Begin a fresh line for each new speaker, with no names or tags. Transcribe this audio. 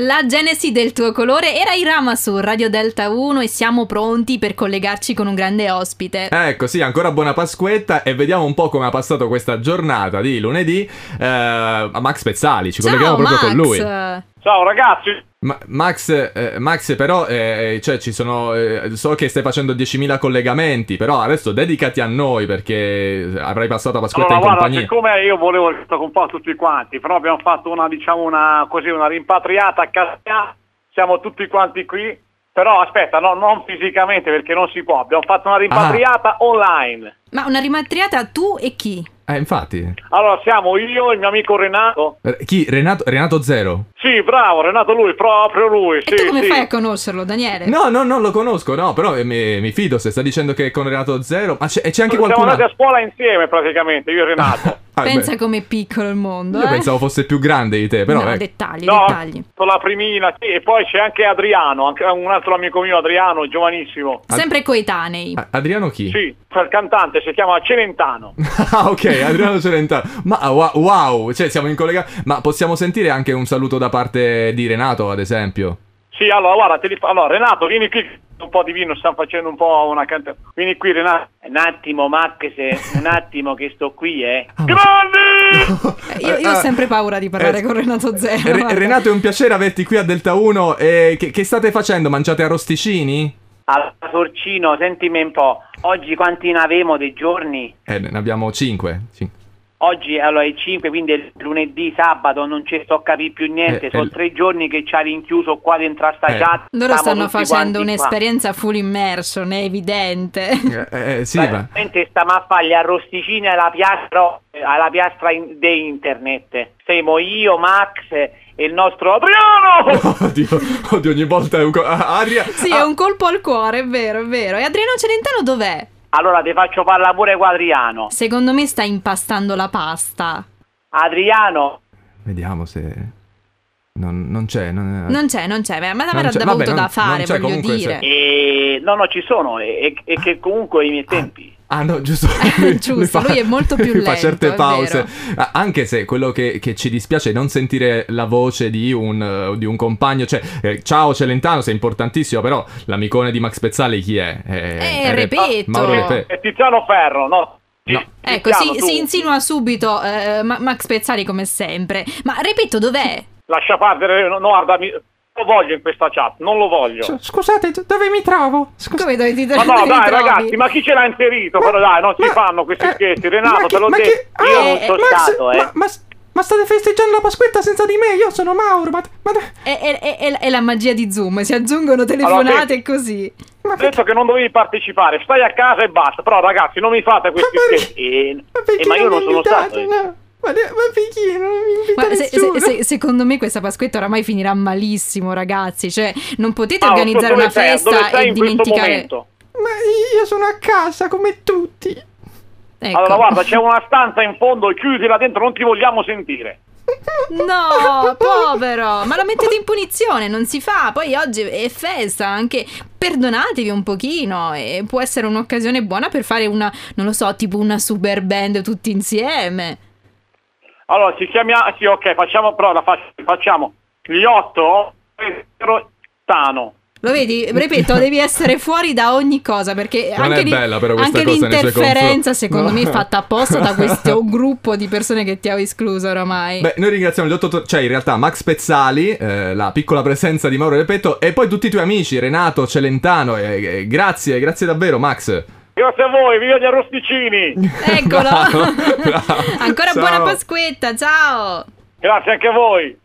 La genesi del tuo colore era Irama su Radio Delta 1 e siamo pronti per collegarci con un grande ospite.
Ecco, sì, ancora buona Pasquetta e vediamo un po' come ha passato questa giornata di lunedì eh, a Max Pezzali. Ci colleghiamo proprio
Max.
con lui.
Ciao ragazzi,
Ma- Max, eh, Max, però, eh, cioè, ci sono, eh, so che stai facendo 10.000 collegamenti, però adesso dedicati a noi perché avrai passato Pasquetta
allora
in
guarda,
compagnia.
siccome io volevo il tutto un po' a tutti quanti, però abbiamo fatto una, diciamo, una, così, una rimpatriata a casa, siamo tutti quanti qui, però aspetta, no, non fisicamente perché non si può, abbiamo fatto una rimpatriata
Ah.
online.
Ma una rimatriata tu e chi?
Eh, infatti.
Allora siamo io e il mio amico Renato.
Eh, Chi? Renato, Renato Zero?
Sì, bravo, Renato lui, proprio lui,
e
sì,
tu come
sì.
fai a conoscerlo, Daniele?
No, no, non lo conosco, no, però eh, mi, mi fido se sta dicendo che è con Renato Zero. Ma c'è, e c'è anche
Siamo
qualcun
andati
altro.
a scuola insieme praticamente, io e Renato.
Ah, beh,
Pensa com'è piccolo il mondo.
io
eh?
pensavo fosse più grande di te, però.
no,
ecco.
dettagli,
No,
dettagli.
con la primina, sì, e poi c'è anche Adriano, anche un altro amico mio Adriano, giovanissimo.
Ad-
Sempre coetanei.
A- Adriano chi?
Sì, il cantante si chiama Celentano.
Ah, ok, Adriano Celentano. Ma ah, wa- wow, cioè siamo in collegamento. Ma possiamo sentire anche un saluto da parte di Renato, ad esempio.
Sì, allora, guarda, te li fa- allora, Renato, vieni qui, un po' di vino, stiamo facendo un po' una cantante. Vieni qui, Renato. Un attimo, Max, un attimo che sto qui, eh.
Ah,
Grandi!
Eh, Io, io ho sempre paura di parlare con Renato Zero.
eh, Re-
guarda.
Renato, è un piacere averti qui a Delta 1. E che-, che state facendo? Mangiate arrosticini?
Allora, Sorcino, sentimi un po'. Oggi quanti ne avemo dei giorni?
Eh, ne abbiamo 5.
Oggi allora, è 5, quindi è lunedì, sabato, non ci sto a capire più niente.
Eh,
Sono
eh,
tre giorni che ci ha rinchiuso qua dentro a sta
Eh.
chat.
Loro
Siamo
stanno
tutti
facendo
quanti qua.
un'esperienza full immersion, è evidente.
Eh, eh, sì, ma.
Veramente sta mappa agli arrosticini alla piastra, alla piastra in- di internet. Siamo io, Max e il nostro Adriano!
Oddio, oddio, ogni volta è un. Co- ah, Adria-
Sì,
ah,
è un colpo al cuore, è vero, è vero. E Adriano Celentano dov'è?
Allora ti faccio parlare pure con Adriano.
Secondo me sta impastando la pasta.
Adriano,
Vediamo se. Non, non c'è.
Eh.
Non,
Non c'è, non c'è, ma ma
Non
avrà
c'è,
avuto
vabbè, non-
da
non
fare,
c'è,
voglio
comunque
dire.
e... no no ci sono e, e- e che comunque i miei tempi.
Ah no, giusto.
Giusto, lui è molto più
lui fa
lento,
certe
è
pause.
vero.
Ah, Anche se quello che, che ci dispiace è non sentire la voce di un, eh, di un compagno. Cioè, eh, ciao Celentano, sei importantissimo, però l'amicone di Max Pezzali chi è? Eh,
Eh,
Re-
Repetto.
Mauro
Eh,
Repetto.
E Tiziano Ferro, no? Ti-
No.
Ecco,
Tiziano,
si,
tu.
si insinua subito eh, Ma- Max Pezzali come sempre. Ma ripeto, dov'è?
Lascia perdere, no, no, guarda, mi- non lo voglio in questa chat, non lo voglio.
Scusate, dove mi trovo?
Come dovete
Ma no, dai ragazzi, ma chi ce l'ha inserito? Però dai, non si fanno questi
eh,
scherzi. Renato, te l'ho detto. Io
ah,
non sono stato, eh.
state festeggiando la Pasquetta senza di me? Io sono Mauro. Ma,
È, è- è- è- è la magia di Zoom, si aggiungono
Allora,
telefonate
sì.
e così.
Ho detto che non dovevi partecipare, stai a casa e basta. Però ragazzi, non mi fate questi
Ma perché-
scherzi. Eh, eh, ma io non sono stato. eh.
Ma, perché non mi
Guarda, se- se- se- secondo me questa Pasquetta oramai finirà malissimo, ragazzi. Cioè, non potete
Paolo,
organizzare
dove
una
sei? Dove
festa
sei
e
in questo
dimenticare.
momento?
Ma io sono a casa come tutti.
Ecco.
Allora, guarda, c'è una stanza in fondo, chiudila dentro, non ti vogliamo sentire.
No, povero, ma lo mettete in punizione, non si fa. Poi oggi è festa, anche perdonatevi un pochino e può essere un'occasione buona per fare una, non lo so, tipo una super band tutti insieme.
Allora, ci chiamiamo. Sì, ok, facciamo però la fac- facciamo gli otto Ferro, Tano.
Lo vedi? Ripeto, devi essere fuori da ogni cosa perché
Non
anche,
è bella però questa
anche
cosa nei suoi
l'interferenza
confronti.
secondo
No.
me è fatta apposta da questo gruppo di persone che ti ha escluso oramai.
Beh, noi ringraziamo il dottor, cioè in realtà Max Pezzali, eh, la piccola presenza di Mauro Repetto e poi tutti i tuoi amici, Renato, Celentano. eh, eh, grazie, grazie davvero, Max.
Grazie a voi, viva gli arrosticini!
Eccolo!
Bravo, bravo.
Ancora
Ciao.
buona Pasquetta, ciao!
Grazie anche a voi!